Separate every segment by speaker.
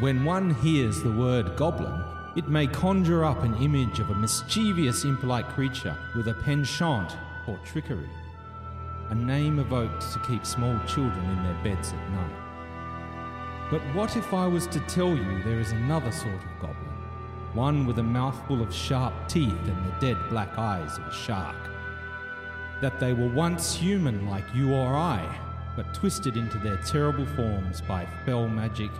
Speaker 1: When one hears the word goblin, it may conjure up an image of a mischievous, impolite creature with a penchant for trickery. A name evoked to keep small children in their beds at night. But what if I was to tell you there is another sort of goblin? One with a mouthful of sharp teeth and the dead black eyes of a shark. That they were once human like you or I, but twisted into their terrible forms by fell magic,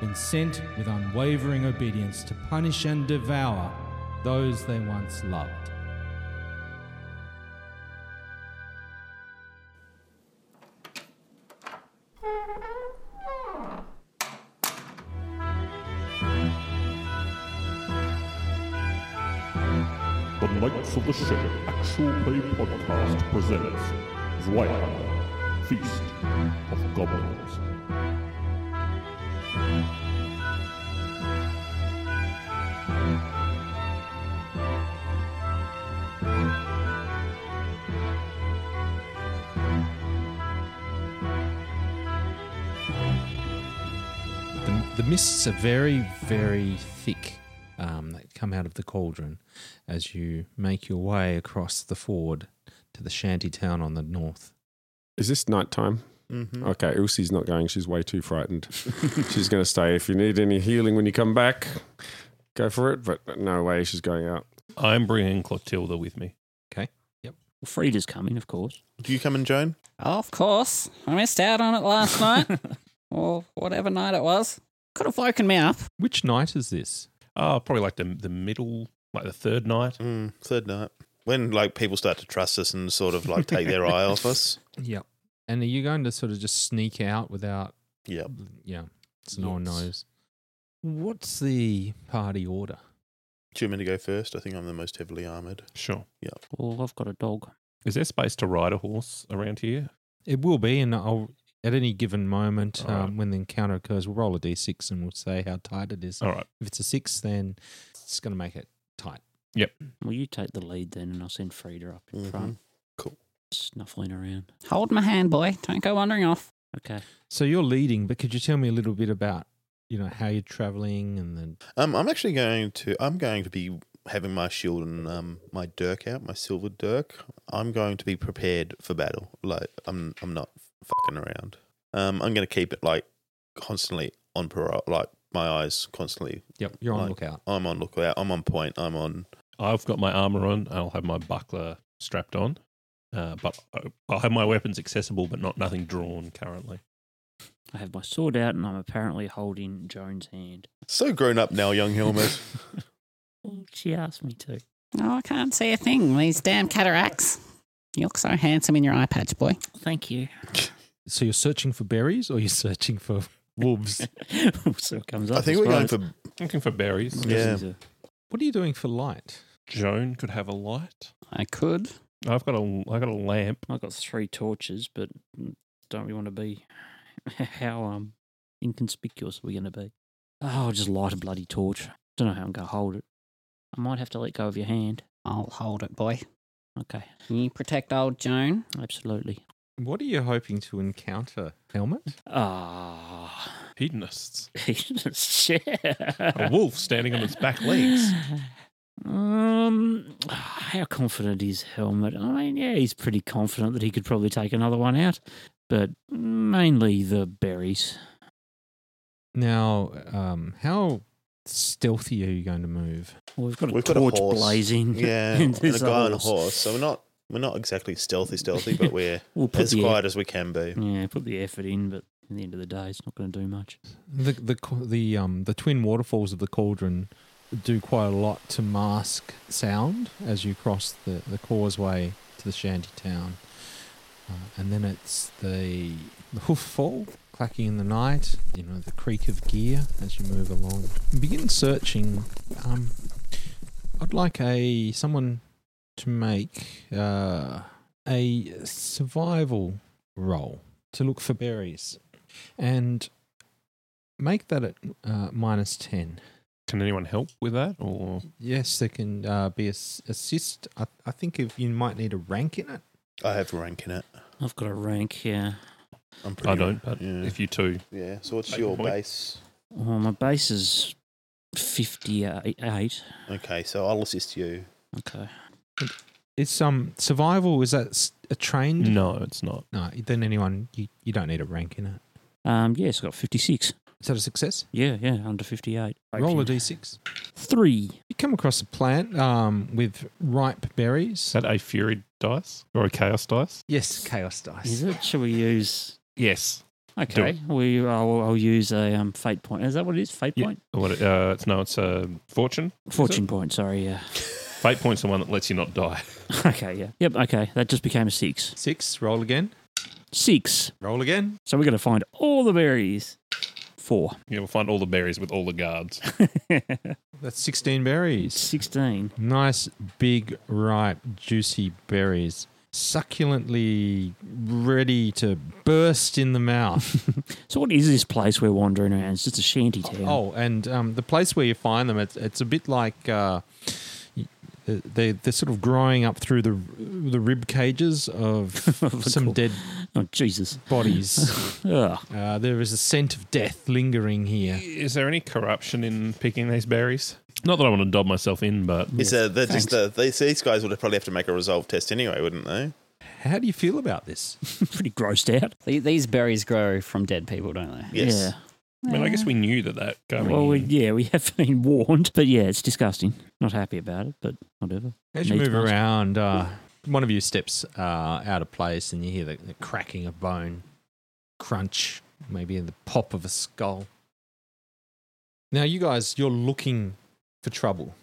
Speaker 1: then sent with unwavering obedience to punish and devour those they once loved.
Speaker 2: The Knights of the Ship Actual Play Podcast presents Zweihammer, Feast of Goblins.
Speaker 3: The, the mists are very, very thick um, that come out of the cauldron as you make your way across the ford to the shanty town on the north.
Speaker 4: Is this nighttime?
Speaker 5: Mm-hmm.
Speaker 4: Okay, Elsie's not going. She's way too frightened. she's going to stay. If you need any healing when you come back, go for it. But no way, she's going out.
Speaker 6: I'm bringing Clotilda with me.
Speaker 7: Well, Frida's coming, of course.
Speaker 5: Do you come in, Joan?
Speaker 7: Of course. I missed out on it last night, or whatever night it was. Could have woken me up.
Speaker 3: Which night is this?
Speaker 6: Oh, probably like the the middle, like the third night.
Speaker 5: Mm, third night. When like people start to trust us and sort of like take their eye off us.
Speaker 3: Yep. And are you going to sort of just sneak out without?
Speaker 5: Yep.
Speaker 3: Yeah. So no one
Speaker 7: Yes.
Speaker 3: knows. What's the party order?
Speaker 5: Do you want me to go first? I think I'm the most heavily armored.
Speaker 6: Sure.
Speaker 7: Oh, I've got a dog.
Speaker 6: Is there space to ride a horse around here?
Speaker 3: It will be, and I'll at any given moment
Speaker 6: All right.
Speaker 3: um, when the encounter occurs, we'll roll a d6 and we'll say how tight it is.
Speaker 6: All right.
Speaker 3: If it's a six, then it's going to make it tight.
Speaker 7: Well, you take the lead then, and I'll send Frida up in
Speaker 5: Mhm.
Speaker 7: front.
Speaker 5: Cool.
Speaker 7: Snuffling around. Hold my hand, boy. Don't go wandering off. Okay.
Speaker 3: So you're leading, but could you tell me a little bit about you know how you're traveling and then
Speaker 5: Um, I'm actually going to. I'm going to be having my shield and um my dirk out, my silver dirk. I'm going to be prepared for battle. Like I'm. I'm not fucking around. Um, I'm going to keep it like constantly on parole. Like my eyes constantly.
Speaker 3: yep, you're on
Speaker 5: Right.
Speaker 3: lookout.
Speaker 5: I'm on lookout. I'm on point. I'm on.
Speaker 6: I've got my armor on. I'll have my buckler strapped on, uh, but I- I'll have my weapons accessible, but not nothing drawn currently.
Speaker 7: I have my sword out, and I'm apparently holding Joan's hand.
Speaker 5: So grown up now, young Helmet.
Speaker 7: Oh, she asked me to. Oh, I can't see a thing. These damn cataracts. You look so handsome in your eye patch, boy. Thank you.
Speaker 3: So you're searching for berries or you're searching for wolves?
Speaker 7: so it comes up.
Speaker 5: I think we're going for.
Speaker 6: Looking for berries.
Speaker 5: Yeah.
Speaker 3: what are you doing for light?
Speaker 6: Joan could have a light.
Speaker 7: I could.
Speaker 6: I've got a I got a lamp.
Speaker 7: I've got three torches, but don't really want to be how um inconspicuous are we going to be? Oh, I'll just light a bloody torch. Don't know how I'm going to hold it. I might have to let go of your hand. I'll hold it, boy. Okay. You protect old Joan? Absolutely.
Speaker 3: What are you hoping to encounter, Helmet?
Speaker 7: Ah,
Speaker 6: Hedonists.
Speaker 7: shit.
Speaker 6: A wolf standing on its back legs.
Speaker 7: Um, how confident is Helmet? I mean, yeah, he's pretty confident that he could probably take another one out, but mainly the berries.
Speaker 3: Now, um, how stealthy are you going to move?
Speaker 7: Well, we've got a
Speaker 5: We've got a
Speaker 7: torch
Speaker 5: horse.
Speaker 7: blazing.
Speaker 5: Yeah, and a
Speaker 7: there's
Speaker 5: guy on a
Speaker 7: horse.
Speaker 5: horse. So we're not. We're not exactly stealthy, stealthy, but we're
Speaker 7: We'll put
Speaker 5: as
Speaker 7: the e-
Speaker 5: quiet as we can be.
Speaker 7: yeah, put the effort in, but at the end of the day, it's not going to do much.
Speaker 3: The the ca- the um the twin waterfalls of the cauldron do quite a lot to mask sound as you cross the, the causeway to the shanty town, uh, and then it's the, the hoof fall clacking in the night. You know the creak of gear as you move along. Begin searching. Um, I'd like a someone to make uh, a survival roll to look for berries, and make that at uh, minus 10.
Speaker 6: Can anyone help with that? Or
Speaker 3: Yes, there can uh, be a s- assist. I, I think if you might need a rank in it.
Speaker 5: I have rank in it.
Speaker 7: I've got a rank here.
Speaker 5: I'm
Speaker 6: I
Speaker 5: pretty.
Speaker 6: don't. But
Speaker 5: Yeah.
Speaker 6: if you two,
Speaker 5: Yeah. So what's
Speaker 6: Take
Speaker 5: your
Speaker 6: the point.
Speaker 5: base?
Speaker 7: Well, Oh, my base is 58.
Speaker 5: Okay, so I'll assist you.
Speaker 7: Okay.
Speaker 3: It's um survival. Is that s- a trained?
Speaker 2: Mm.
Speaker 6: No, it's not.
Speaker 3: No, then anyone you, you don't need a rank in it.
Speaker 7: Um, yes, I got 56.
Speaker 3: Is that a success?
Speaker 7: Yeah, yeah, under 58.
Speaker 3: Roll a d6.
Speaker 7: Three.
Speaker 3: You come across a plant um, with ripe
Speaker 6: Is
Speaker 3: berries.
Speaker 6: that a fury dice or a chaos dice?
Speaker 3: Yes, chaos dice.
Speaker 7: Is it? Shall we use.
Speaker 6: Yes.
Speaker 7: Okay. We, I'll, I'll use a um, fate point. Is that what it is? Fate
Speaker 6: Yeah.
Speaker 7: point?
Speaker 6: What? it- Uh, it's no. It's a fortune.
Speaker 7: Fortune point, sorry, yeah.
Speaker 6: Fate point's the one that lets you not die.
Speaker 7: okay, yeah. Yep, okay. That just became a six.
Speaker 3: Six. Roll again.
Speaker 7: Six.
Speaker 3: Roll again.
Speaker 7: So we're going to find all the berries. Four.
Speaker 6: You'll find all the berries with all the guards.
Speaker 3: That's sixteen berries.
Speaker 7: 16.
Speaker 3: Nice, big, ripe, juicy berries, succulently ready to burst in the mouth.
Speaker 7: So what is this place we're wandering around? It's just a shanty town.
Speaker 3: Oh, and um, the place where you find them, it's, it's a bit like uh, y- they they're sort of growing up through the the rib cages of some
Speaker 7: Cool.
Speaker 3: dead
Speaker 7: Oh, Jesus.
Speaker 3: bodies.
Speaker 7: Ugh.
Speaker 3: uh, there is a scent of death lingering here.
Speaker 6: Is there any corruption in picking these berries? Not that I want to dob myself in, but
Speaker 5: It's a, they're just the, these, these guys would have probably have to make a resolve test anyway, wouldn't they?
Speaker 3: How do you feel about this?
Speaker 7: Pretty grossed out.
Speaker 8: The- These berries grow from dead people, don't they?
Speaker 5: Yes.
Speaker 7: Yeah.
Speaker 6: I mean, I guess we knew that that going
Speaker 7: Well, we,
Speaker 6: in.
Speaker 7: yeah, we have been warned, but yeah, it's disgusting. Not happy about it, but whatever.
Speaker 3: As you
Speaker 7: Meat
Speaker 3: move
Speaker 7: monster.
Speaker 3: around, uh, one of you steps uh, out of place, and you hear the, the cracking of bone, crunch, maybe the pop of a skull. Now, you guys, you're looking for trouble.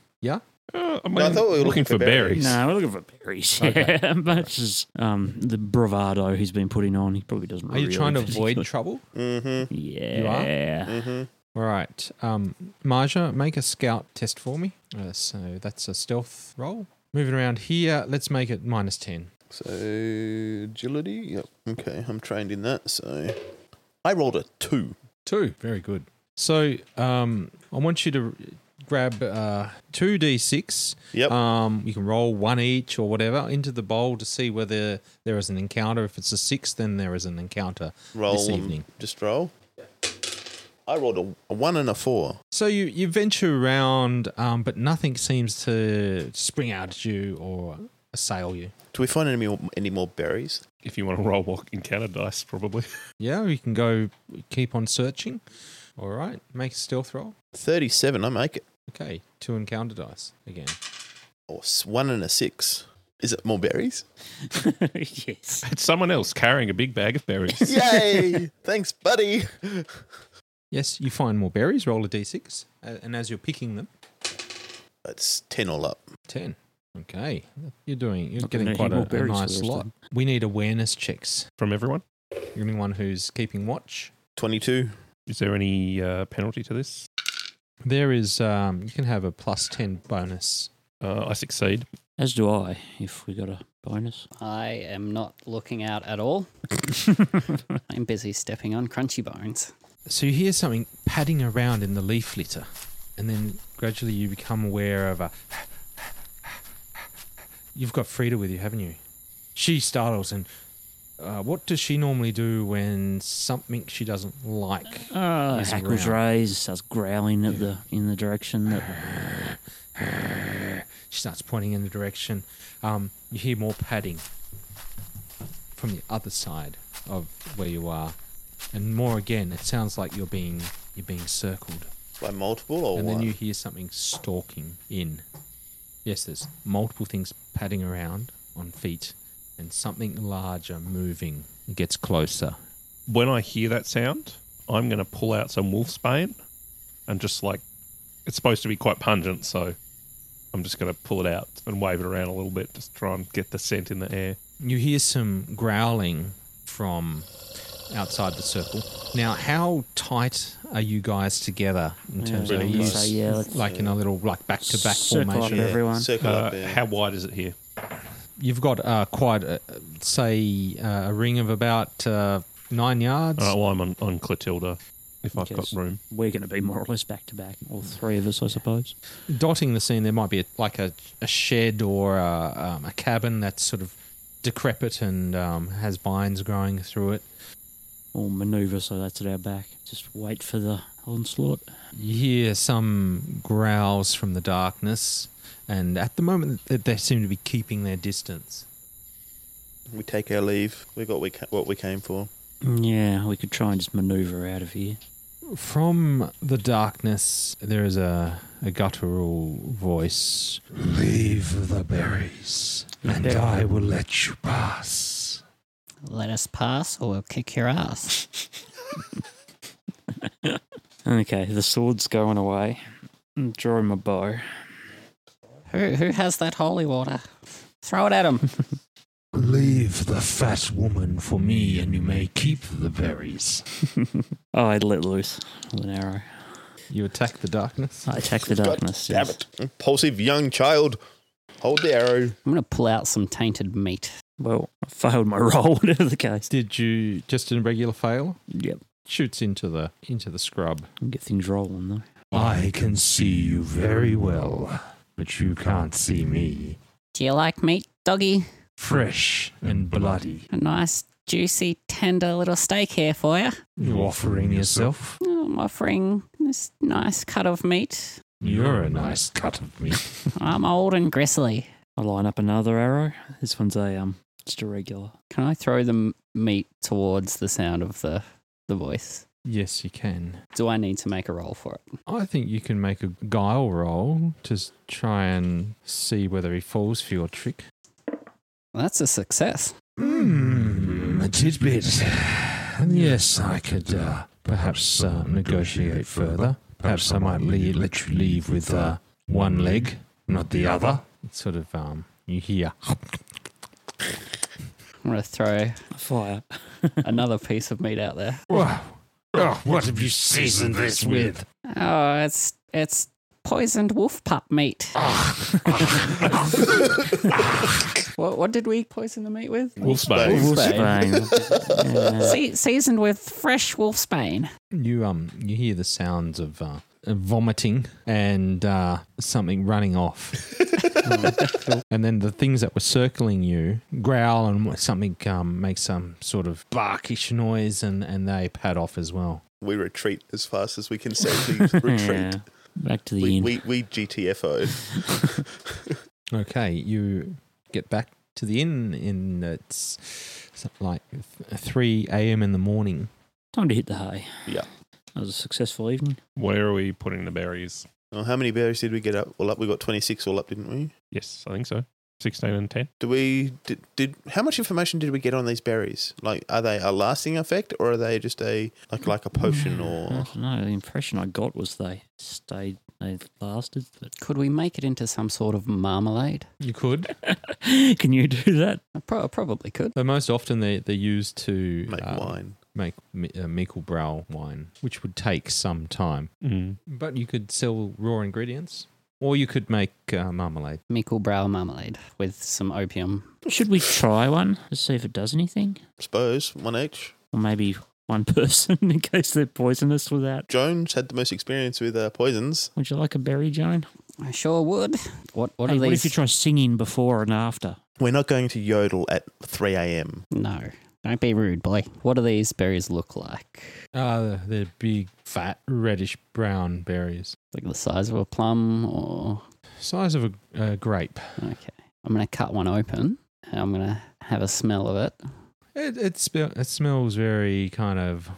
Speaker 6: Uh, I mean,
Speaker 5: No, I thought we were
Speaker 6: looking, for berries.
Speaker 7: No, we're looking for berries.
Speaker 3: Okay.
Speaker 7: Yeah, much as um, the bravado he's been putting on, he probably doesn't.
Speaker 3: Are you
Speaker 7: really
Speaker 3: trying to
Speaker 7: particularly-
Speaker 3: avoid trouble?
Speaker 5: Mm
Speaker 7: Yeah.
Speaker 6: Ah.
Speaker 5: hmm. Mm hmm.
Speaker 3: All right, um, Marja, make a scout test for me. Uh, so that's a stealth roll. Moving around here, let's make it minus ten.
Speaker 5: So agility. Yep. Okay, I'm trained in that. So I rolled a two.
Speaker 3: Two, very good. So um, I want you to grab uh, two d six.
Speaker 5: Yep.
Speaker 6: Ah,
Speaker 3: Um, you can roll one each or whatever into the bowl to see whether there is an encounter. If it's a six, then there is an encounter
Speaker 5: roll
Speaker 3: this
Speaker 5: um,
Speaker 3: evening.
Speaker 5: Just roll. I rolled a, a one and a four.
Speaker 3: So you, you venture around, um, but nothing seems to spring out at you or assail you.
Speaker 5: Do we find any more, any more berries?
Speaker 6: If you want to roll walk encounter dice, probably.
Speaker 3: Yeah, you can go keep on searching. All right, make a stealth roll.
Speaker 5: Thirty-seven. I make it.
Speaker 3: Okay, two encounter dice again.
Speaker 5: Or s- one and a six. Is it more berries?
Speaker 7: yes.
Speaker 6: It's someone else carrying a big bag of berries.
Speaker 5: Yay! Thanks, buddy.
Speaker 3: Yes, you find more berries. Roll a d6, uh, and as you're picking them,
Speaker 5: That's ten all up.
Speaker 3: ten. Okay, you're doing. You're
Speaker 7: Not gonna
Speaker 3: getting
Speaker 7: eat
Speaker 3: quite
Speaker 7: more
Speaker 3: a, a
Speaker 7: berries for
Speaker 3: nice
Speaker 7: the rest of
Speaker 3: lot.
Speaker 7: them.
Speaker 3: We need awareness checks.
Speaker 6: From everyone,
Speaker 3: Anyone who's keeping watch.
Speaker 5: Twenty-two.
Speaker 6: is there any uh, penalty to this?
Speaker 3: There is. Um, you can have a plus ten bonus.
Speaker 6: Uh, I succeed.
Speaker 7: As do I, if we got a bonus.
Speaker 8: I am not looking out at all. I'm busy stepping on crunchy bones.
Speaker 3: So you hear something padding around in the leaf litter, and then gradually you become aware of a. You've got Frida with you, haven't you? She startles, and uh, what does she normally do when something she doesn't like?
Speaker 7: Uh,
Speaker 3: He's
Speaker 7: hackles
Speaker 3: around.
Speaker 7: raised, starts growling at the in the direction that.
Speaker 3: She starts pointing in the direction. Um, you hear more padding from the other side of where you are, and more again. It sounds like you're being you're being circled,
Speaker 5: By multiple or
Speaker 3: and
Speaker 5: one?
Speaker 3: then you hear something stalking in. Yes, there's multiple things padding around on feet, and something larger moving gets closer.
Speaker 6: When I hear that sound, I'm going to pull out some wolf's bane, and just like it's supposed to be quite pungent, so I'm just going to pull it out and wave it around a little bit, just try and get the scent in the air.
Speaker 3: You hear some growling from outside the circle. Now, how tight are you guys together in terms
Speaker 7: Yeah,
Speaker 3: of
Speaker 7: I
Speaker 3: are
Speaker 7: would
Speaker 3: you
Speaker 7: uh, say, Mm, yeah, let's-
Speaker 3: like in a little like back to back
Speaker 7: Circle up
Speaker 3: formation?
Speaker 7: there. everyone.
Speaker 5: Circle
Speaker 6: Uh,
Speaker 5: up. Yeah.
Speaker 6: how wide is it here?
Speaker 3: You've got uh, quite a, say uh, a ring of about uh, nine yards.
Speaker 6: Uh, well, I'm on, on Clotilda, if I've got
Speaker 7: Yes.
Speaker 6: room.
Speaker 7: We're going to be more or less back to back, all three of us, I suppose.
Speaker 3: Dotting the scene, there might be a, like a, a shed or a, um, a cabin that's sort of decrepit and um, has vines growing through it.
Speaker 7: or maneuver so that's at our back. Just wait for the onslaught.
Speaker 3: You hear some growls from the darkness, and at the moment th- they seem to be keeping their distance.
Speaker 5: We take our leave. We got we ca- what we came for.
Speaker 7: Yeah, we could try and just maneuver out of here.
Speaker 3: From the darkness, there is a, a guttural voice Leave the berries, and I will let you pass.
Speaker 8: Let us pass or we'll kick your ass.
Speaker 7: Okay, the sword's going away. I'm drawing my bow.
Speaker 8: Who who has that holy water? Throw it at him.
Speaker 3: Leave the fat woman for me, and you may keep the berries.
Speaker 7: Oh, I let loose with an arrow.
Speaker 3: You attack the darkness?
Speaker 7: I attack the
Speaker 5: God
Speaker 7: darkness.
Speaker 5: Damn
Speaker 7: yes.
Speaker 5: it. Mm, Impulsive young child. Hold the arrow.
Speaker 8: I'm gonna pull out some tainted meat.
Speaker 7: Well, I failed my roll, whatever the case.
Speaker 3: Did you just a regular fail?
Speaker 7: Yep.
Speaker 3: Shoots into the into the scrub.
Speaker 7: Get things rolling, though.
Speaker 3: I can see you very well, but you can't see me.
Speaker 8: Do you like meat, doggy?
Speaker 3: Fresh and bloody.
Speaker 8: A nice, juicy, tender little steak here for you.
Speaker 3: You offering yourself?
Speaker 8: I'm offering this nice cut of meat.
Speaker 3: You're a nice cut of meat.
Speaker 8: I'm old and gristly.
Speaker 7: I line up another arrow. This one's a um, just a regular.
Speaker 8: Can I throw the m- meat towards the sound of the the voice?
Speaker 3: yes, you can.
Speaker 8: Do I need to make a roll for it?
Speaker 3: I think you can make a guile roll to s- try and see whether he falls for your trick.
Speaker 8: That's a success.
Speaker 3: Hmm, a tidbit. Yes, I could uh, perhaps uh, negotiate further. Perhaps I might leave, let you leave with uh, one leg, not the other. It's sort of, um, you hear.
Speaker 8: I'm gonna throw
Speaker 7: Fire.
Speaker 8: another piece of meat out there.
Speaker 3: Whoa. Oh, what have you seasoned this with?
Speaker 8: Oh, it's it's poisoned wolf pup meat. what what did we poison the meat with?
Speaker 6: Wolfsbane.
Speaker 8: Se- seasoned with fresh wolfsbane.
Speaker 3: You um, you hear the sounds of uh, vomiting and uh, something running off, and then the things that were circling you growl and something um, makes some sort of barkish noise, and and they pad off as well.
Speaker 5: We retreat as fast as we can safely retreat.
Speaker 7: Back to the
Speaker 5: We,
Speaker 7: inn.
Speaker 5: we, we GTFO.
Speaker 3: Okay, you get back to the inn, and it's something like th- three a.m. in the morning.
Speaker 7: Time to hit the hay.
Speaker 5: Yeah.
Speaker 7: That was a successful evening.
Speaker 6: Where are we putting the berries?
Speaker 5: Well, how many berries did we get up? All up, we got twenty six all up, didn't we?
Speaker 6: Yes, I think so. 16 and 10.
Speaker 5: Do we did, did how much information did we get on these berries? Like, are they a lasting effect, or are they just a like like a potion,
Speaker 7: I
Speaker 5: or
Speaker 7: don't know. The impression I got was they stayed, they lasted. But
Speaker 8: Could we make it into some sort of marmalade?
Speaker 3: You could,
Speaker 7: can you do that?
Speaker 8: I, pro- I probably could.
Speaker 3: but most often they they're used to
Speaker 5: make
Speaker 3: uh,
Speaker 5: wine?
Speaker 3: make mi- uh, Mikkelbrau wine, which would take some time.
Speaker 6: Mm.
Speaker 3: But you could sell raw ingredients, or you could make uh, marmalade.
Speaker 8: Micklebrow marmalade with some opium.
Speaker 7: Should we try one to see if it does anything?
Speaker 5: Suppose one each.
Speaker 7: Or maybe one person in case they're poisonous without.
Speaker 5: Jones had the most experience with uh, poisons.
Speaker 7: Would you like a berry, Joan?
Speaker 8: I sure would. What what
Speaker 7: Hey,
Speaker 8: are
Speaker 7: what if
Speaker 8: these?
Speaker 7: you try singing before and after?
Speaker 5: We're not going to yodel at three a.m.
Speaker 8: no. Don't be rude, boy. What do these berries look like?
Speaker 3: Uh, they're big, fat, reddish brown berries,
Speaker 8: Like the size of a plum or
Speaker 3: size of a, a grape.
Speaker 8: okay. I'm gonna cut one open and I'm gonna have a smell of it.
Speaker 3: It it, spe- it smells very kind of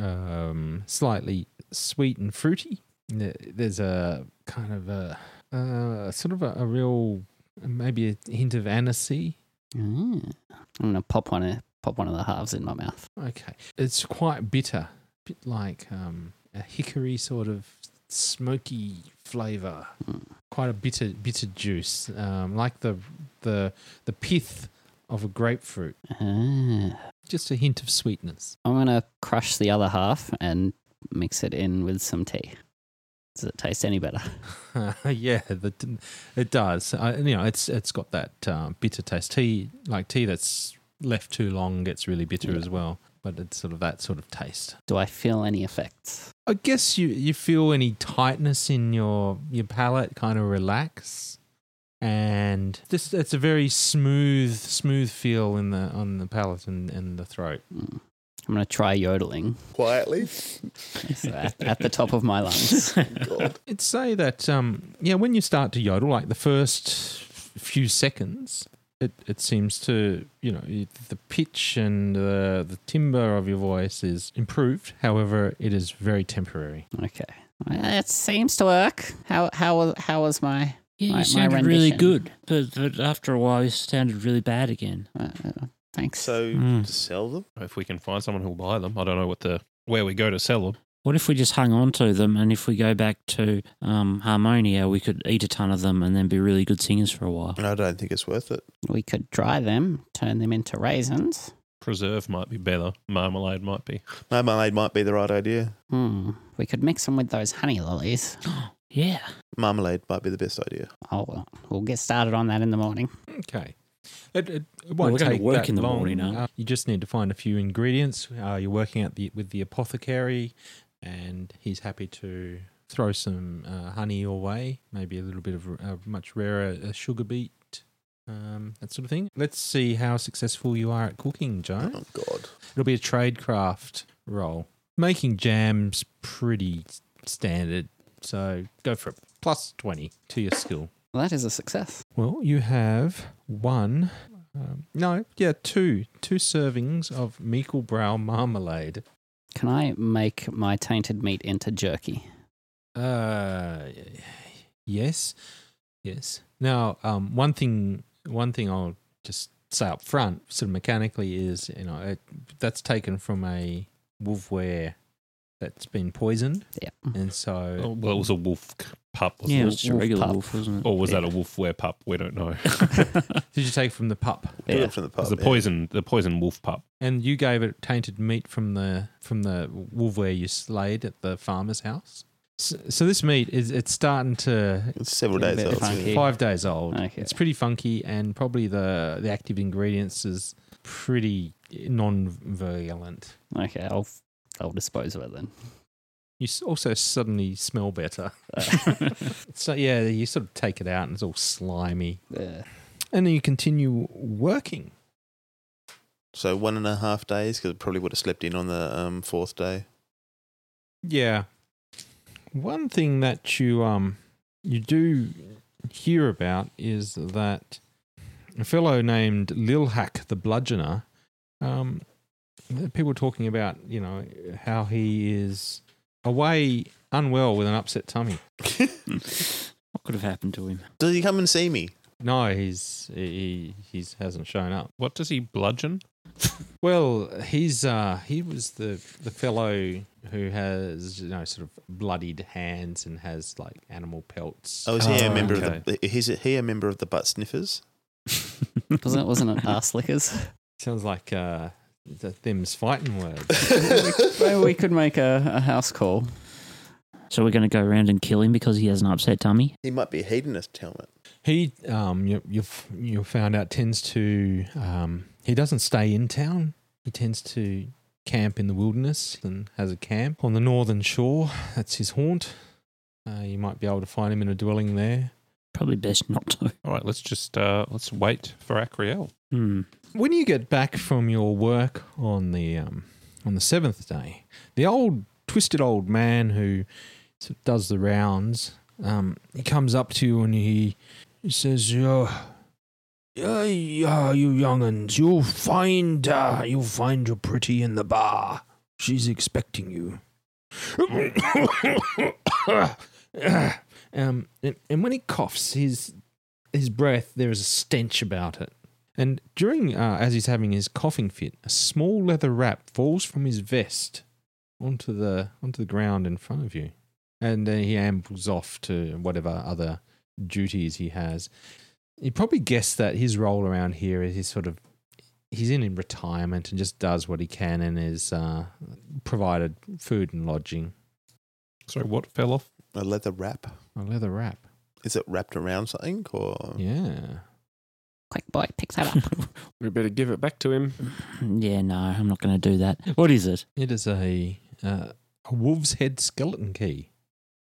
Speaker 3: um, slightly sweet and fruity. There- There's a kind of a uh, sort of a, a real maybe a hint of anisey.
Speaker 8: Mm. I'm gonna pop one of pop one of the halves in my mouth.
Speaker 3: Okay. It's quite bitter, bit like um, a hickory sort of smoky flavor.
Speaker 8: Mm.
Speaker 3: Quite a bitter, bitter juice, um, like the the the pith of a grapefruit.
Speaker 8: Ah.
Speaker 3: Just a hint of sweetness.
Speaker 8: I'm gonna crush the other half and mix it in with some tea. Does it taste any better?
Speaker 3: yeah, the, it does. Uh, you know, it's it's got that um, bitter taste. Tea, like tea that's left too long, gets really bitter
Speaker 8: Yeah.
Speaker 3: as well. But it's sort of that sort of taste.
Speaker 8: Do I feel any effects?
Speaker 3: I guess you, you feel any tightness in your your palate kind of relax, and this it's a very smooth smooth feel in the on the palate and, and the throat.
Speaker 8: Mm. I'm going to try yodeling
Speaker 5: Quietly.
Speaker 8: so at, at the top of my lungs.
Speaker 3: I'd say that um, yeah, when you start to yodel, like the first f- few seconds, it, it seems to you know y- the pitch and the the timbre of your voice is improved. However, it is very temporary.
Speaker 8: Okay. It seems to work. How how was- how was my?
Speaker 7: Yeah, you
Speaker 8: My- my
Speaker 7: sounded really
Speaker 8: rendition.
Speaker 7: good, but, but after a while, you sounded really bad again.
Speaker 8: Uh, uh, thanks.
Speaker 5: So
Speaker 7: Mm.
Speaker 5: to sell them.
Speaker 6: If we can find someone who'll buy them, I don't know what the where we go to sell them.
Speaker 7: What if we just hung on to them, and if we go back to um, Harmonia, we could eat a ton of them and then be really good singers for a while.
Speaker 5: I don't think it's worth it.
Speaker 8: we could dry them, turn them into raisins.
Speaker 6: Preserve might be better. Marmalade might be.
Speaker 5: Marmalade might be the right idea.
Speaker 8: Hmm. We could mix them with those honey lollies.
Speaker 7: Yeah.
Speaker 5: Marmalade might be the best idea.
Speaker 8: Oh, well, we'll get started on that in the morning.
Speaker 3: Okay. It, it, it
Speaker 7: Well,
Speaker 3: won't
Speaker 7: we're gonna
Speaker 3: take
Speaker 7: work
Speaker 3: that
Speaker 7: in the
Speaker 3: long.
Speaker 7: morning, aren't we?
Speaker 3: Uh, you just need to find a few ingredients. Uh, you're working at the with the apothecary, and he's happy to throw some uh, honey your way. Maybe a little bit of uh, much rarer uh, sugar beet, um, that sort of thing. Let's see how successful you are at cooking, Joe.
Speaker 5: Oh God.
Speaker 3: It'll be a trade craft role. Making jam's pretty s- standard, so go for it. Plus twenty to your skill.
Speaker 8: Well, that is a success.
Speaker 3: Well, you have one. Um, no, yeah, two. Two servings of meekle brow marmalade.
Speaker 8: Can I make my tainted meat into jerky?
Speaker 3: Uh, yes, yes. Now, um, one thing, one thing I'll just say up front, sort of mechanically, is you know it, that's taken from a wolfware that's been poisoned,
Speaker 8: Yeah.
Speaker 3: and so
Speaker 6: Oh, well, it was a wolf c- pup. Wasn't
Speaker 7: Yeah, it
Speaker 6: it?
Speaker 7: was just a
Speaker 8: wolf
Speaker 7: regular
Speaker 8: pup.
Speaker 7: wolf, wasn't it?
Speaker 6: Or was that a wolf wear pup? We don't know. It
Speaker 3: did you take from the pup?
Speaker 5: Do
Speaker 8: Yeah.
Speaker 5: it from the pub.
Speaker 6: was the
Speaker 5: yeah.
Speaker 6: poison, the poison wolf pup.
Speaker 3: And you gave it tainted meat from the from the wolfware you slayed at the farmer's house. So, so this meat is it's starting to
Speaker 5: It's several
Speaker 8: Yeah, a
Speaker 5: days
Speaker 8: bit
Speaker 5: old.
Speaker 8: funky.
Speaker 3: five days old.
Speaker 8: Okay.
Speaker 3: It's pretty funky, and probably the the active ingredients is pretty non-violent.
Speaker 8: Okay, I'll f- I'll dispose of it then.
Speaker 3: You s- also suddenly smell better. so yeah, you sort of take it out, and it's all slimy,
Speaker 8: Yeah.
Speaker 3: and then you continue working.
Speaker 5: So one and a half days because I probably would have slept in on the um, fourth day.
Speaker 3: Yeah. One thing that you um you do hear about is that a fellow named Lilhak the Bludgeoner, um, people were talking about you know how he is away unwell with an upset tummy.
Speaker 7: What could have happened to him?
Speaker 5: Does he come and see me?
Speaker 3: No, he's he he's hasn't shown up.
Speaker 6: What does he bludgeon?
Speaker 3: Well, he's uh, he was the the fellow who has you know sort of bloodied hands and has like animal pelts.
Speaker 5: Oh, is he a
Speaker 6: Oh,
Speaker 5: member of the? Is he a member of the butt sniffers?
Speaker 8: Wasn't it, wasn't it ass lickers?
Speaker 3: Sounds like uh, the them's fighting words.
Speaker 8: Maybe we could make a, a house call.
Speaker 7: So we're going to go around and kill him because he has an upset tummy?
Speaker 5: He might be a hedonist helmet.
Speaker 3: He, um, you, you, you found out tends to, um, he doesn't stay in town. He tends to camp in the wilderness and has a camp on the northern shore. That's his haunt. Uh, you might be able to find him in a dwelling there.
Speaker 7: Probably best not to.
Speaker 6: All right, let's just uh, let's wait for Acriel.
Speaker 7: Hmm.
Speaker 3: When you get back from your work on the um, on the seventh day, the old twisted old man who sort of does the rounds, um, he comes up to you and he, he says, "Yo, yeah, yeah, you young'uns, you'll find uh, you'll find your pretty in the bar. She's expecting you." um, and, and when he coughs, his his breath there is a stench about it. And during, uh, as he's having his coughing fit, a small leather wrap falls from his vest onto the onto the ground in front of you, and then he ambles off to whatever other duties he has. You probably guess that his role around here is he's sort of he's in, in retirement and just does what he can and is uh, provided food and lodging.
Speaker 6: Sorry, what fell off?
Speaker 5: A leather wrap.
Speaker 3: A leather wrap,
Speaker 5: Is it wrapped around something or?
Speaker 3: yeah.
Speaker 8: Quick boy, pick that up.
Speaker 4: We better give it back to him.
Speaker 7: Yeah, no, I'm not going to do that. What is it?
Speaker 3: It is a uh, a wolf's head skeleton key.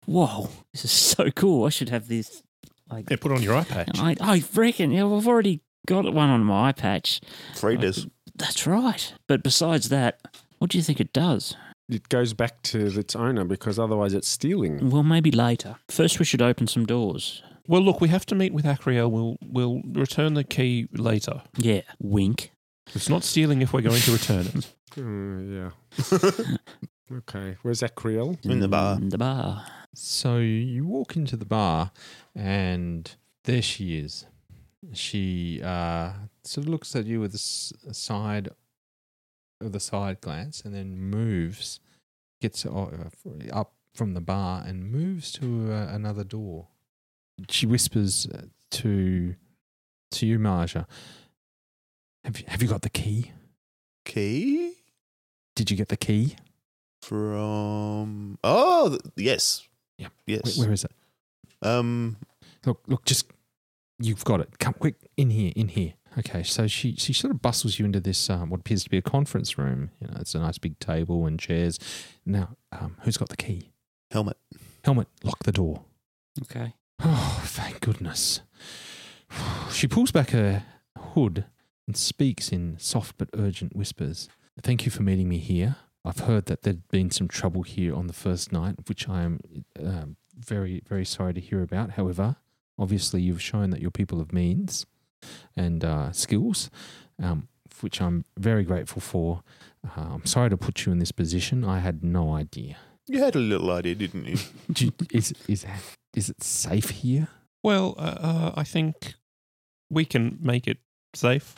Speaker 7: Whoa, this is so cool. I should have this. Like,
Speaker 6: Yeah, put on your eye patch.
Speaker 7: I, I reckon. Yeah, well, I've already got one on my eye patch.
Speaker 5: Three days.
Speaker 7: That's right. But besides that, What do you think it does?
Speaker 4: It goes back to its owner because otherwise it's stealing.
Speaker 7: Well, maybe later. First, we should open some doors.
Speaker 6: Well, look, we have to meet with Acriel. We'll we'll return the key later.
Speaker 7: Yeah. Wink.
Speaker 6: It's not stealing if we're going to return it.
Speaker 4: Mm, yeah. okay. Where's that Creole?
Speaker 5: In the bar.
Speaker 7: Mm, In the bar.
Speaker 3: So you walk into the bar, and there she is. She uh, sort of looks at you with a s- a side of the side glance, and then moves, gets o- uh, up from the bar, and moves to uh, another door. She whispers uh, to to you, Marja. Have you, have you got the key?
Speaker 5: Key
Speaker 3: Did you get the key?
Speaker 5: from. Oh, th- yes.
Speaker 3: Yeah.
Speaker 5: Yes.
Speaker 3: Where- where is it?
Speaker 5: Um,
Speaker 3: look, look, just you've got it. Come quick in here, in here. Okay, so she she sort of bustles you into this um, what appears to be a conference room. You know, it's a nice big table and chairs. Now, um, who's got the key?
Speaker 5: helmet.
Speaker 3: Helmet, lock the door.
Speaker 7: Okay.
Speaker 3: Oh, thank goodness. She pulls back her hood and speaks in soft but urgent whispers. Thank you for meeting me here. I've heard that there'd been some trouble here on the first night, which I am um, very, very sorry to hear about. However, obviously, you've shown that you're people of means and uh, skills, um, which I'm very grateful for. Uh, I'm sorry to put you in this position. I had no idea.
Speaker 5: You had a little idea, didn't you?
Speaker 3: Do you, is, is, is it safe here?
Speaker 6: Well, uh, uh, I think we can make it safe.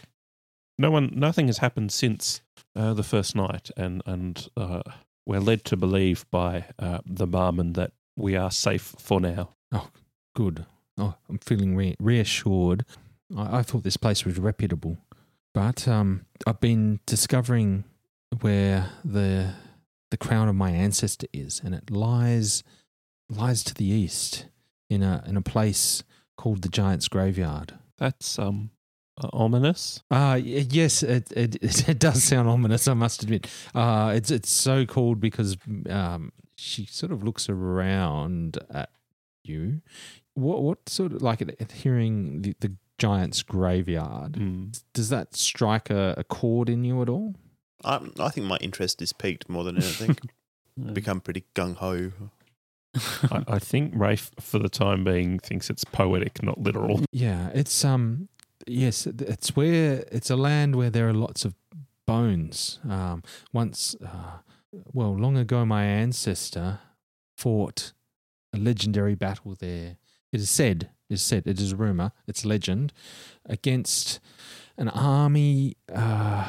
Speaker 6: No one, nothing has happened since uh, the first night, and and uh, we're led to believe by uh, the barman that we are safe for now.
Speaker 3: good. Oh, I'm feeling re- reassured. I-, I thought this place was reputable, but um, I've been discovering where the the crown of my ancestor is, and it lies lies to the east in a in a place called the Giant's Graveyard.
Speaker 6: That's um uh, ominous.
Speaker 3: Uh, y- yes, it, it it does sound ominous. I must admit. Uh, it's it's so called because um, she sort of looks around at you. What what sort of like at- at hearing the, the giant's graveyard? Does that strike a, a chord in you at all?
Speaker 5: I, I think my interest is piqued more than anything.
Speaker 7: Uh,
Speaker 5: Become pretty gung ho.
Speaker 6: I, I think Rafe, for the time being, thinks it's poetic, not literal.
Speaker 3: Yeah, it's um, yes, it- it's where it's a land where there are lots of bones. Um, once, uh, well, long ago, my ancestor fought a legendary battle there. It is said, it is said, it is rumor, it's legend, against an army uh,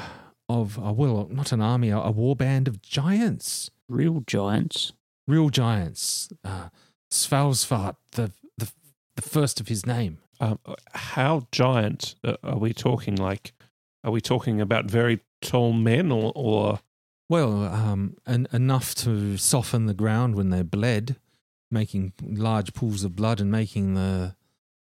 Speaker 3: of uh, well, not an army, a, a war band of giants
Speaker 7: Real giants.
Speaker 3: real giants. Uh, Svalsvart, the, the the first of his name.
Speaker 6: Um, how giant uh, are we talking? Like, are we talking about very tall men, or, or
Speaker 3: Well, um, en- enough to soften the ground when they bled, making large pools of blood and making the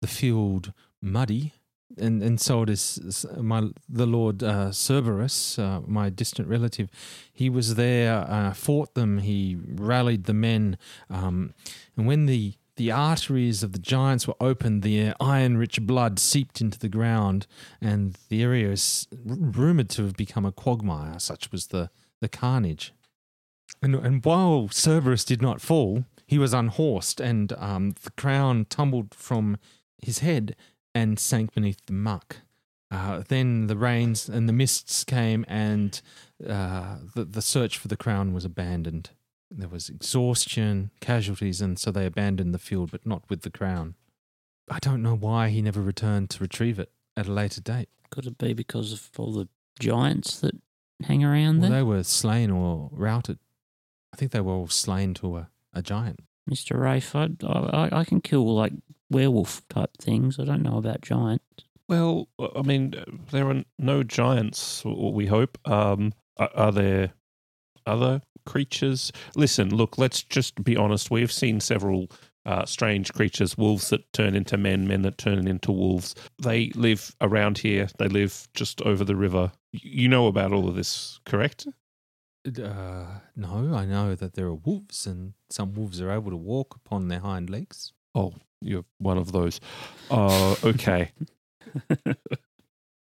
Speaker 3: the field muddy. And and so it is. is My the Lord uh, Cerberus, uh, my distant relative, he was there, uh, fought them. He rallied the men, um, and when the the arteries of the giants were opened, the iron-rich blood seeped into the ground, and the area is r- rumored to have become a quagmire. Such was the the carnage. And, and while Cerberus did not fall, he was unhorsed, and um, the crown tumbled from his head and sank beneath the muck. Uh, then the rains and the mists came, and uh, the, the search for the crown was abandoned. There was exhaustion, casualties, and so they abandoned the field, but not with the crown. I don't know why he never returned to retrieve it at a later date.
Speaker 7: Could it be because of all the giants that hang around
Speaker 3: Well,
Speaker 7: there?
Speaker 3: they were slain or routed. I think they were all slain to a, a giant.
Speaker 7: Mr. Rafe, I, I, I can kill like werewolf type things. I don't know about giant.
Speaker 6: well, I mean, there are no giants. or We hope. Um, are, are there other creatures? Listen, look. Let's just be honest. We have seen several. Uh, strange creatures, wolves that turn into men, men that turn into wolves. They live around here. They live just over the river. Y- You know about all of this, correct?
Speaker 3: Uh, no, I know that there are wolves, and some wolves are able to walk upon their hind legs.
Speaker 6: You're one of those. Oh, okay.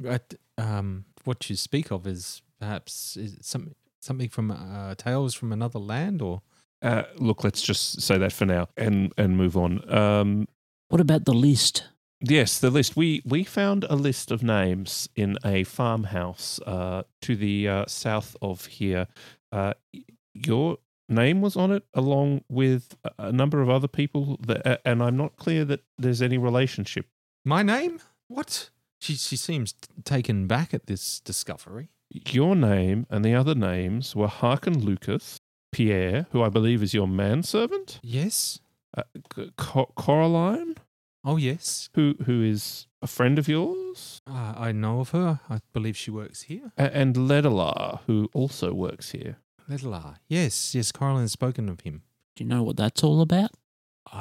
Speaker 3: But um, what you speak of is perhaps is some something from uh, Tales from Another Land or
Speaker 6: Uh, look, let's just say that for now and and move on. Um,
Speaker 7: What about the list?
Speaker 6: Yes, the list. We we found a list of names in a farmhouse uh, to the uh, south of here. Uh, y- your name was on it, along with a- a number of other people, that, uh, and I'm not clear that there's any relationship.
Speaker 3: my name? What? She she seems t- taken back at this discovery.
Speaker 6: Your name and the other names were Harkin Lucas, Pierre, who I believe is your manservant,
Speaker 3: Yes.
Speaker 6: uh, C- Co- Coraline,
Speaker 3: Oh yes.
Speaker 6: who who is a friend of yours,
Speaker 3: Uh, I know of her. I believe she works here.
Speaker 6: a- and Ledelar, who also works here.
Speaker 3: Little R. Yes, yes. Coraline has spoken of him.
Speaker 7: Do you know what that's all about?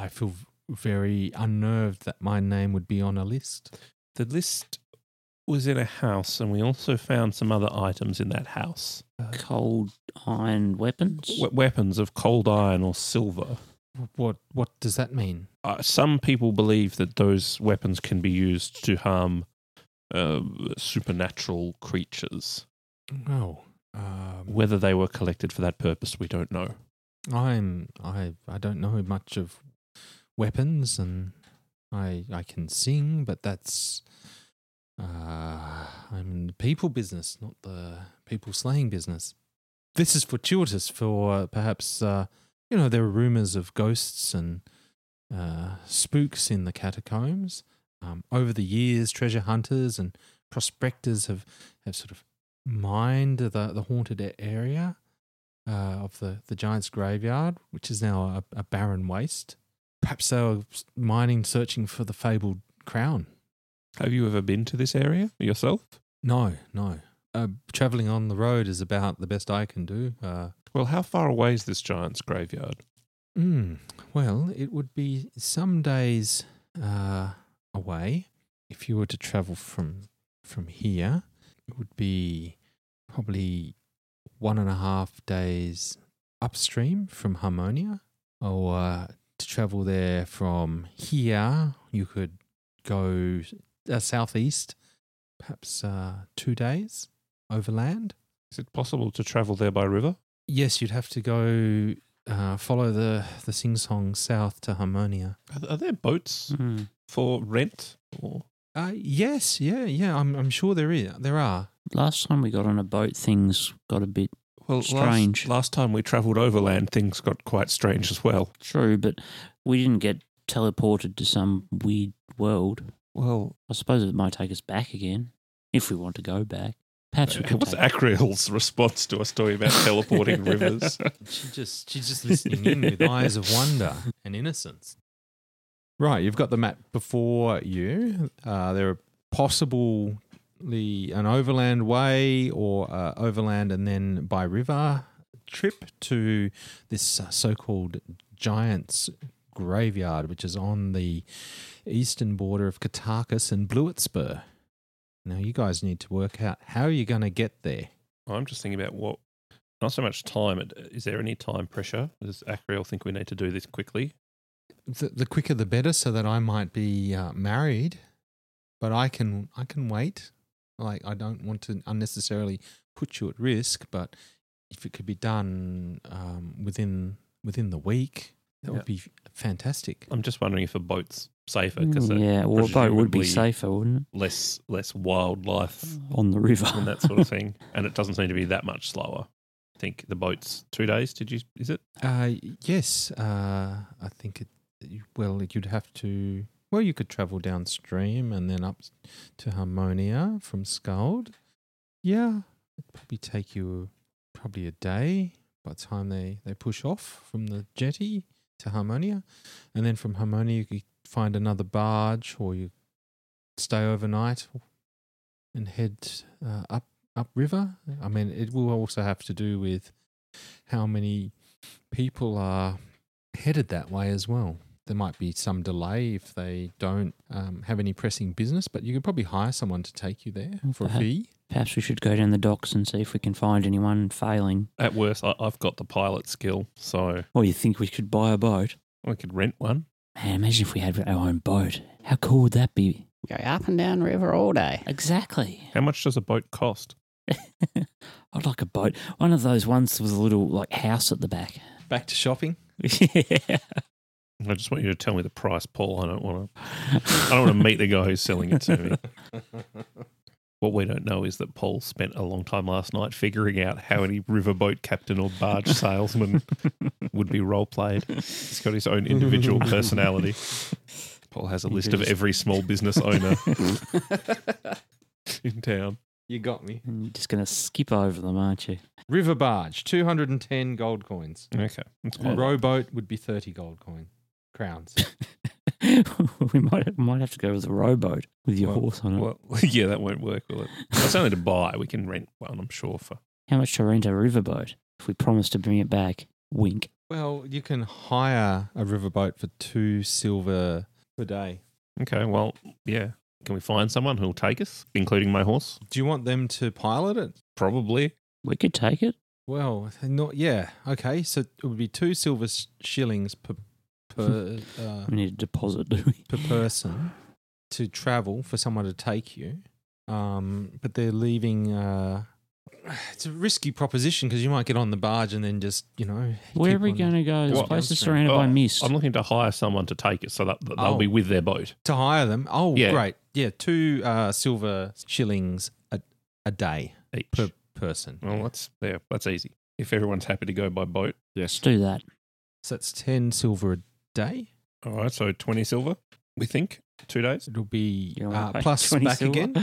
Speaker 3: I feel v- very unnerved that my name would be on a list.
Speaker 6: The list was in a house, and we also found some other items in that house.
Speaker 7: Cold iron weapons?
Speaker 6: We- weapons of cold iron or silver.
Speaker 3: W- What what does that mean?
Speaker 6: Uh, some people believe that those weapons can be used to harm uh, supernatural creatures.
Speaker 3: Oh, um,
Speaker 6: Whether they were collected for that purpose, we don't know.
Speaker 3: I'm I I don't know much of weapons, and I I can sing, but that's uh, I'm in the people business, not the people slaying business. This is fortuitous for uh, perhaps uh, you know there are rumors of ghosts and uh, spooks in the catacombs. Um, over the years, treasure hunters and prospectors have, have sort of mined the, the haunted a- area uh, of the, the giant's graveyard, which is now a, a barren waste. Perhaps they were s- mining, searching for the fabled crown.
Speaker 6: Have you ever been to this area yourself?
Speaker 3: No, no. Uh, traveling on the road is about the best I can do. Uh,
Speaker 6: Well, how far away is this giant's graveyard?
Speaker 3: mm, well, it would be some days uh, away. If you were to travel from from here, it would be probably one and a half days upstream from Harmonia. Or uh, to travel there from here, you could go uh, southeast, perhaps uh, two days overland.
Speaker 6: Is it possible to travel there by river?
Speaker 3: Yes, you'd have to go uh, follow the the sing song south to Harmonia.
Speaker 6: Are, are there boats
Speaker 7: Hmm.
Speaker 6: for rent? Or
Speaker 3: Uh, yes, yeah, yeah. I'm I'm sure there is there are.
Speaker 7: Last time we got on a boat, things got a bit
Speaker 6: Well,
Speaker 7: Strange.
Speaker 6: Last, last time we travelled overland, things got quite strange as well.
Speaker 7: true, but we didn't get teleported to some weird world.
Speaker 6: Well,
Speaker 7: I suppose it might take us back again if we want to go back. Perhaps we could
Speaker 6: Uh, what's
Speaker 7: take-
Speaker 6: Acriel's response to a story about teleporting rivers?
Speaker 3: She just she's just listening in with eyes of wonder and innocence. Right, you've got the map before you. Uh, there are possibly an overland way or uh, overland and then by river trip to this uh, so-called giants graveyard, which is on the eastern border of Katarkus and Bluetspur. Now you guys need to work out how you're going to get there.
Speaker 6: I'm just thinking about what. Not so much time. it- Is there any time pressure? Does Acriel think we need to do this quickly?
Speaker 3: the, the quicker the better so that I might be uh, married but I can I can wait like I don't want to unnecessarily put you at risk but if it could be done um, within within the week that
Speaker 6: Yeah.
Speaker 3: would be fantastic
Speaker 6: I'm just wondering if a boat's safer because
Speaker 7: Hmm, Mm, yeah, well, a boat would be
Speaker 6: presumably
Speaker 7: safer, wouldn't
Speaker 6: Less less wildlife
Speaker 7: it? On the river.
Speaker 6: and that sort of thing, and it doesn't seem to be that much slower. I think the boat's two days. Did you? Is it?
Speaker 3: uh, yes uh, I think it well you'd have to well you could travel downstream and then up to Harmonia from Skald yeah it'd probably take you probably a day by the time they, they push off from the jetty to Harmonia. And then from Harmonia, you could find another barge or you stay overnight and head uh, up upriver. I mean, it will also have to do with how many people are headed that way as well. There might be some delay if they don't um, have any pressing business, but you could probably hire someone to take you there for a
Speaker 7: Perhaps-
Speaker 3: fee.
Speaker 7: Perhaps we should go down the docks and see if we can find anyone failing.
Speaker 6: At worst, I, I've got the pilot skill, so
Speaker 7: Or you think we could buy a boat?
Speaker 6: I could rent one.
Speaker 7: Man, imagine if we had our own boat. How cool would that be?
Speaker 8: Go up and down river all day.
Speaker 7: Exactly.
Speaker 6: How much does a boat cost?
Speaker 7: I'd like a boat. One of those ones with a little like house at the back.
Speaker 3: Back to shopping.
Speaker 7: yeah.
Speaker 6: I just want you to tell me the price, Paul. I don't want to. I don't want to meet the guy who's selling it to me. What we don't know is that Paul spent a long time last night figuring out how any riverboat captain or barge salesman would be role played. He's got his own individual personality. Paul has a
Speaker 7: He
Speaker 6: list of
Speaker 7: does.
Speaker 6: every small business owner in town.
Speaker 3: You got me.
Speaker 7: And You're just going to skip over them, aren't you?
Speaker 3: River barge, 210 gold coins.
Speaker 6: Okay, that's quite
Speaker 3: Rowboat would be 30 gold coin crowns.
Speaker 7: we might might have to go with a rowboat with your
Speaker 6: Well,
Speaker 7: horse on it.
Speaker 6: Well, yeah, that won't work, will it? That's Mm. only to buy. We can rent one, I'm sure. For
Speaker 7: How much to rent a riverboat if we promise to bring it back? Wink.
Speaker 3: well, you can hire a riverboat for two silver per day.
Speaker 6: okay, well, yeah. Can we find someone who'll take us, including my horse?
Speaker 3: Do you want them to pilot it?
Speaker 6: Probably.
Speaker 7: We could take it.
Speaker 3: Well, not yeah. Okay, so it would be two silver s- shillings per per uh,
Speaker 7: We need a deposit, do we?
Speaker 3: per person to travel for someone to take you. Um, but they're leaving. Uh, it's a risky proposition because you might get on the barge and then just you know.
Speaker 7: Where
Speaker 3: keep
Speaker 7: are we
Speaker 3: on-
Speaker 7: going to go? This
Speaker 6: What?
Speaker 7: place is
Speaker 3: Downstream.
Speaker 7: surrounded by
Speaker 6: Oh,
Speaker 7: mist.
Speaker 6: I'm looking to hire someone to take it so that that they'll
Speaker 3: Oh.
Speaker 6: be with their boat.
Speaker 3: to hire them? Oh,
Speaker 6: Yeah.
Speaker 3: great. Yeah, two uh, silver shillings a, a day
Speaker 6: Each.
Speaker 3: per person.
Speaker 6: Well, that's yeah, that's easy. If everyone's happy to go by boat,
Speaker 7: Let's do that.
Speaker 3: So that's ten silver a day.
Speaker 6: all right. So twenty silver, we think, two days.
Speaker 3: It'll be
Speaker 7: You wanna
Speaker 3: uh,
Speaker 7: pay
Speaker 3: plus
Speaker 7: 20
Speaker 3: back
Speaker 7: silver?
Speaker 3: again.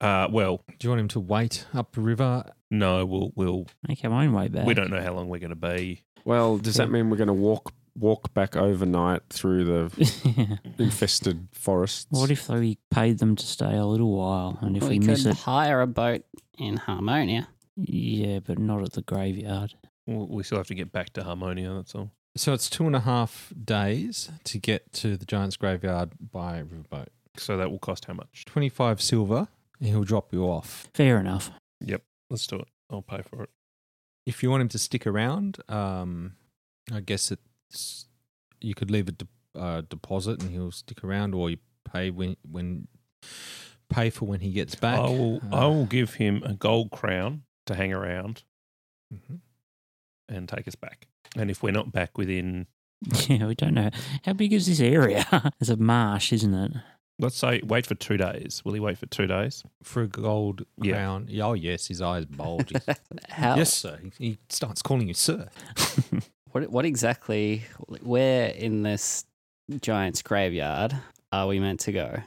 Speaker 6: Uh, well,
Speaker 3: Do you want him to wait up the river?
Speaker 6: no, we'll we'll
Speaker 7: Make our own way back.
Speaker 6: we don't know how long we're going to be.
Speaker 4: Well, does that
Speaker 7: Yeah.
Speaker 4: mean we're going to walk walk back overnight through the infested forests?
Speaker 7: what if we paid them to stay a little while, and if we,
Speaker 8: could
Speaker 7: miss it,
Speaker 8: hire a boat in Harmonia.
Speaker 7: yeah, but not at the graveyard.
Speaker 6: We'll, we still have to get back to Harmonia. That's all.
Speaker 3: So it's two and a half days to get to the giant's graveyard by riverboat.
Speaker 6: So that will cost how much?
Speaker 3: 25 silver and he'll drop you off.
Speaker 7: Fair enough.
Speaker 6: Let's do it. I'll pay for it.
Speaker 3: If you want him to stick around, um, I guess it's you could leave a de- uh, deposit and he'll stick around, or you pay when when pay for when he gets back.
Speaker 6: I will.
Speaker 3: Uh,
Speaker 6: I will give him a gold crown to hang around
Speaker 3: mhm.
Speaker 6: and take us back. And if we're not back within,
Speaker 7: Yeah, we don't know how big is this area. it's a marsh, isn't it?
Speaker 6: let's say, wait for two days. Will he wait for two days?
Speaker 3: for a gold
Speaker 6: Yeah.
Speaker 3: crown. Yeah, Oh yes, his eyes bulge.
Speaker 8: How,
Speaker 3: yes, sir. He- He starts calling you sir.
Speaker 8: What, what exactly, where in this giant's graveyard are we meant to go?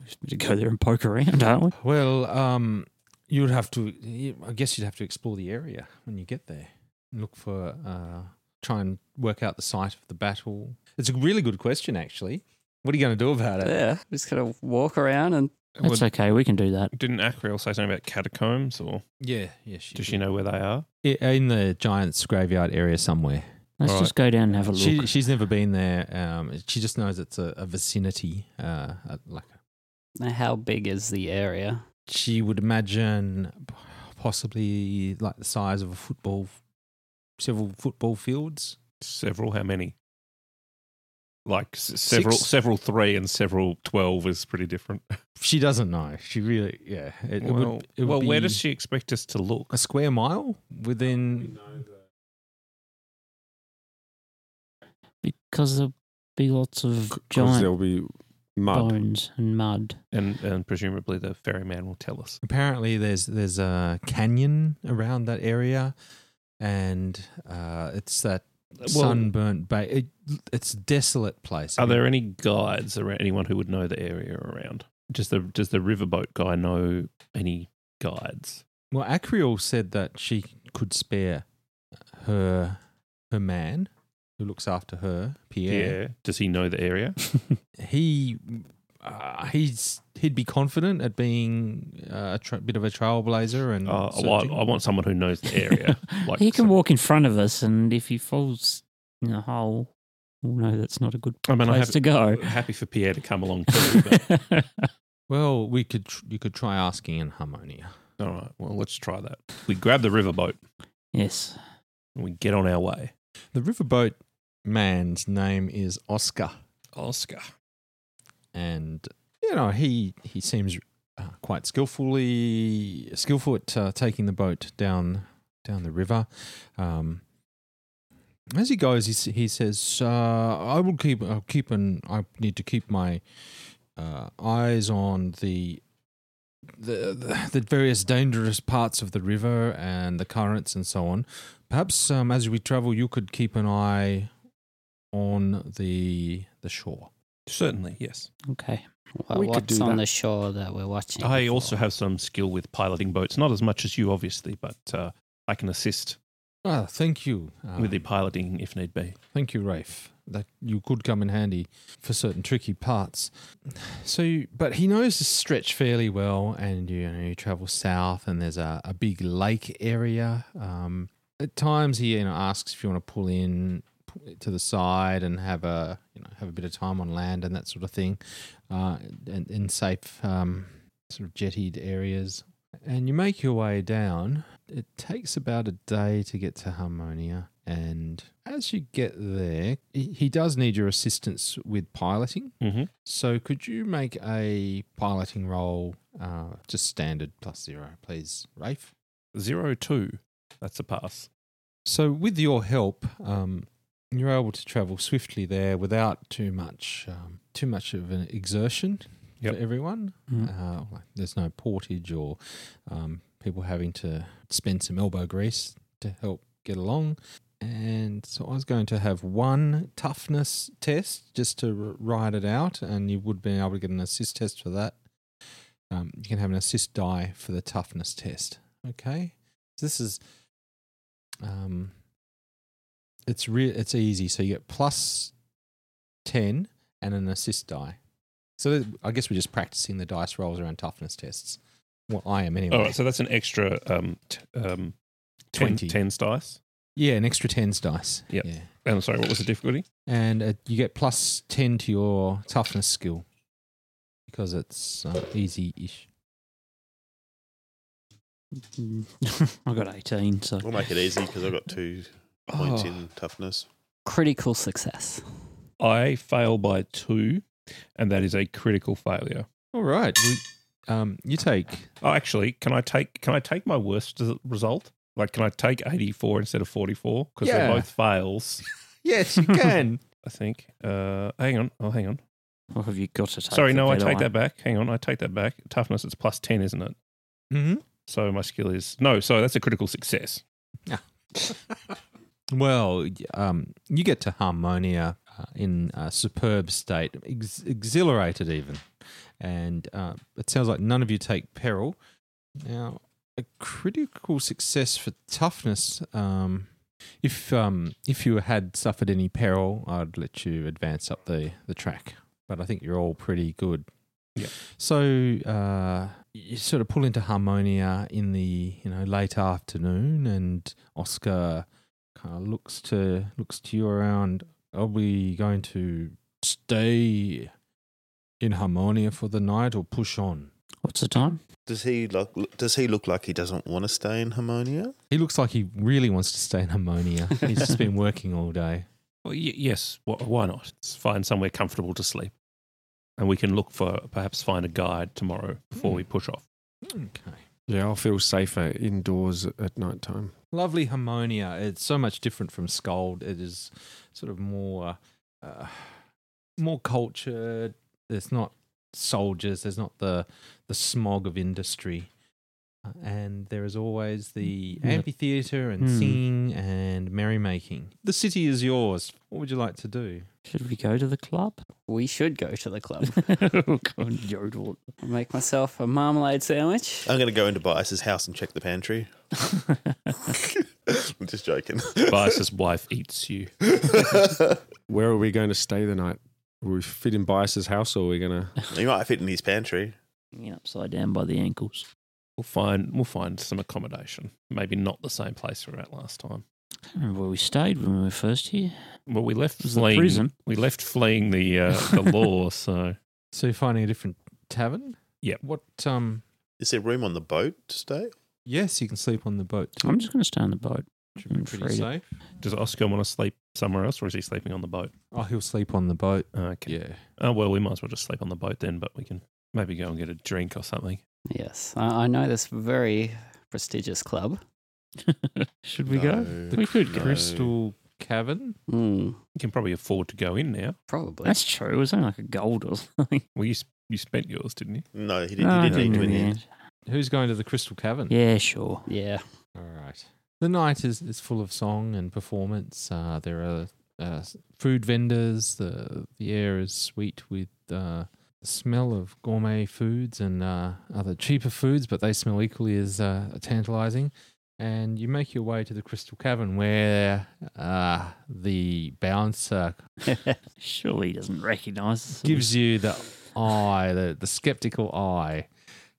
Speaker 7: We should go there and poke around, aren't we?
Speaker 3: Well, um, you'd have to. you- I guess you'd have to explore the area when you get there. Look for, uh, try and work out the site of the battle. It's a really good question, actually. What are you going to do about it?
Speaker 8: Yeah, just gonna walk around and
Speaker 7: That's okay. We can do that.
Speaker 6: Didn't Acriel say something about catacombs, or
Speaker 3: Yeah, yeah. She
Speaker 6: does she know where they are?
Speaker 3: I- in the giant's graveyard area somewhere?
Speaker 7: Let's
Speaker 6: All
Speaker 7: just go down and have a look.
Speaker 3: She she's never been there. Um, she just knows it's a, a vicinity. Uh, uh, like
Speaker 8: how big is the area?
Speaker 3: she would imagine, possibly like the size of a football, several football fields.
Speaker 6: Several. How many? Like s- several,
Speaker 3: Six?
Speaker 6: several three and several twelve is pretty different.
Speaker 3: She doesn't know. She really, yeah. It, it
Speaker 6: well,
Speaker 3: would, it would
Speaker 6: well where
Speaker 3: be
Speaker 6: does she expect us to look?
Speaker 3: A square mile within.
Speaker 7: because there'll be lots of
Speaker 4: 'Cause
Speaker 7: giant
Speaker 4: there'll be mud.
Speaker 7: bones and mud.
Speaker 6: And and presumably the ferryman will tell us.
Speaker 3: Apparently, there's there's a canyon around that area, and uh, it's that
Speaker 6: Well,
Speaker 3: sunburnt bay. It, it's a desolate place.
Speaker 6: Are there any guides around anyone who would know the area around? Does the does the riverboat guy know any guides?
Speaker 3: Well, Acriel said that she could spare her her man who looks after her, Pierre.
Speaker 6: Does he know the area? Uh,
Speaker 3: he uh, he's he'd be confident at being uh, a tra- bit of a trailblazer and
Speaker 6: Uh, well, I,
Speaker 3: searching.
Speaker 6: I want someone who knows the area. Like
Speaker 7: he can
Speaker 6: so-
Speaker 7: walk in front of us, and if he falls in a hole, we'll know that's not a good
Speaker 6: I mean, I'm
Speaker 7: place
Speaker 6: happy,
Speaker 7: to go.
Speaker 6: happy for Pierre to come along too. But,
Speaker 3: well, we could tr- you could try asking in Harmonia.
Speaker 6: all right, well, let's try that. We grab the riverboat
Speaker 7: yes.
Speaker 6: and we get on our way.
Speaker 3: The riverboat man's name is Oscar,
Speaker 6: Oscar.
Speaker 3: and you know he he seems uh, quite skillfully skillful at uh, taking the boat down down the river. Um, as he goes, he, s- he says, uh, "I will keep. I'll keep an. I need to keep my uh, eyes on the." The, the the various dangerous parts of the river and the currents and so on. Perhaps um, as we travel, you could keep an eye on the the shore.
Speaker 6: Certainly, yes.
Speaker 7: Okay.
Speaker 8: Wha-
Speaker 6: We could
Speaker 8: what's
Speaker 6: do
Speaker 8: on
Speaker 6: that.
Speaker 8: the shore that we're watching?
Speaker 6: I
Speaker 8: for?
Speaker 6: also have some skill with piloting boats, not as much as you, obviously, but uh, I can assist
Speaker 3: Ah, thank you. Um,
Speaker 6: with the piloting if need be.
Speaker 3: Thank you, Rafe. That you could come in handy for certain tricky parts. So, you- but he knows the stretch fairly well, and you know you travel south, and there's a, a big lake area. Um, at times, he you know asks if you want to pull in to the side and have a you know have a bit of time on land and that sort of thing, uh, and in safe um, sort of jettied areas. And you make your way down. It takes about a day to get to Harmonia. And as you get there, he he does need your assistance with piloting.
Speaker 6: Mm-hmm.
Speaker 3: So could you make a piloting roll, uh, just standard plus zero, please, Rafe?
Speaker 6: Zero two. That's a pass.
Speaker 3: So with your help, um, you're able to travel swiftly there without too much, um, too much of an exertion
Speaker 6: Yep.
Speaker 3: for everyone.
Speaker 7: Mm.
Speaker 3: Uh, like there's no portage or um, people having to spend some elbow grease to help get along. And so I was going to have one toughness test just to r- ride it out, and you would be able to get an assist test for that. Um, you can have an assist die for the toughness test. Okay, so this is um, it's re- it's easy. So you get plus ten and an assist die. So th- I guess we're just practicing the dice rolls around toughness tests. Well, I am anyway.
Speaker 6: All right, so that's an extra um, t- um, 10,
Speaker 3: 20.
Speaker 6: 10 dice.
Speaker 3: yeah, an extra tens dice.
Speaker 6: Yep.
Speaker 3: Yeah.
Speaker 6: And I'm sorry, what was the difficulty?
Speaker 3: And uh, you get plus ten to your toughness skill because it's uh, easy-ish.
Speaker 7: Mm. I got 18, so.
Speaker 6: Oh
Speaker 5: We'll make it easy because I've got two
Speaker 3: Oh.
Speaker 5: points in toughness.
Speaker 8: critical success.
Speaker 6: I fail by two, and that is a critical failure.
Speaker 3: All right. We, um, you take.
Speaker 6: Oh, actually, can I take can I take my worst as- result? Like, can I take eighty four instead of forty four? Because
Speaker 3: Yeah.
Speaker 6: they're both fails.
Speaker 3: Yes, you can.
Speaker 6: I think. Uh, hang on. Oh, hang on.
Speaker 7: Or have you got to take
Speaker 6: Sorry,
Speaker 7: the
Speaker 6: no, I
Speaker 7: better
Speaker 6: take
Speaker 7: one?
Speaker 6: that back. Hang on, I take that back. Toughness, it's plus ten, isn't it?
Speaker 3: mm-hmm.
Speaker 6: So my skill is no. So that's a critical success.
Speaker 3: Well, um, you get to Harmonia uh, in a superb state, ex- exhilarated even, and uh, it sounds like none of you take peril. Now, a critical success for toughness. Um, if um, if you had suffered any peril, I'd let you advance up the, the track. But I think you're all pretty good.
Speaker 6: Yeah.
Speaker 3: So uh, you sort of pull into Harmonia in the you know late afternoon, and Oscar kind of looks to looks to you around. Are we going to stay in Harmonia for the night or push on?
Speaker 7: What's the time?
Speaker 5: Does he look? Does he look like he doesn't want to stay in Harmonia?
Speaker 3: He looks like he really wants to stay in Harmonia. He's just been working all day.
Speaker 6: Well, y- yes. Wh- why not? Let's find somewhere comfortable to sleep, and we can look for perhaps find a guide tomorrow before we push off.
Speaker 3: Okay.
Speaker 4: Yeah, I'll feel safer indoors at night time.
Speaker 3: Lovely Harmonia. It's so much different from Scold. It is sort of more, uh, more cultured. There's not soldiers. There's not the the smog of industry, Uh, and there is always the
Speaker 7: Yeah.
Speaker 3: amphitheater and
Speaker 7: Hmm.
Speaker 3: singing and merrymaking. The city is yours. What would you like to do?
Speaker 7: Should we go to the club?
Speaker 8: We should go to the club.
Speaker 7: oh, God, yodel.
Speaker 8: I'll make myself a marmalade
Speaker 6: Uh,
Speaker 8: sandwich.
Speaker 5: I'm going to go into Bias's house and check the pantry. I'm just joking.
Speaker 6: Bias's wife eats you.
Speaker 4: Where are we going to stay the night? Will we fit in Bias's house or are we going to.
Speaker 5: You might fit in his pantry.
Speaker 7: Hanging upside down by the ankles.
Speaker 6: We'll find we'll find some accommodation. Maybe not the same place we were at last time.
Speaker 7: I don't remember where we stayed when we were first here.
Speaker 6: Well, we left
Speaker 7: It was the
Speaker 6: fleeing.
Speaker 7: prison.
Speaker 6: We left fleeing the uh, the law. So
Speaker 3: So you're finding a different tavern.
Speaker 6: Yep.
Speaker 3: What? Um.
Speaker 5: Is there room on the boat to stay?
Speaker 3: Yes, you can sleep on the boat. Too,
Speaker 7: I'm just going to stay on the boat.
Speaker 3: which would be
Speaker 7: I'm
Speaker 3: pretty
Speaker 7: afraid-
Speaker 3: safe.
Speaker 6: does Oscar want to sleep somewhere else, or is he sleeping on the boat?
Speaker 3: Oh, he'll sleep on the boat.
Speaker 6: Okay.
Speaker 3: Yeah.
Speaker 6: Oh well, we might as well just sleep on the boat then. But we can maybe go and get a drink or something.
Speaker 8: Yes, I, I know this very prestigious club.
Speaker 7: Should we go?
Speaker 5: No,
Speaker 3: The could
Speaker 5: no.
Speaker 3: crystal cavern.
Speaker 8: Hmm.
Speaker 6: You can probably afford to go in now.
Speaker 8: probably.
Speaker 7: That's true. It was only like a gold or something.
Speaker 6: Well, you sp- you spent yours, didn't you?
Speaker 5: No, he didn't,
Speaker 7: No,
Speaker 5: he
Speaker 7: I
Speaker 5: didn't need to in
Speaker 7: didn't
Speaker 5: the
Speaker 7: in
Speaker 5: end.
Speaker 3: Who's going to the crystal cavern?
Speaker 7: the end. Yeah, sure.
Speaker 8: yeah.
Speaker 3: All right. The night is, is full of song and performance. Uh, there are uh, s- food vendors. The the air is sweet with uh, the smell of gourmet foods and uh, other cheaper foods, but they smell equally as uh, tantalizing. And you make your way to the crystal cavern where uh, the bouncer
Speaker 7: Surely he doesn't recognise us.
Speaker 3: gives you the eye, the, the skeptical eye,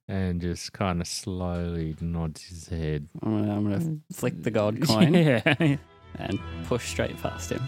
Speaker 3: and just kind of slowly nods his head.
Speaker 8: I'm gonna, I'm gonna flick the gold coin
Speaker 7: Yeah.
Speaker 8: and push straight past him.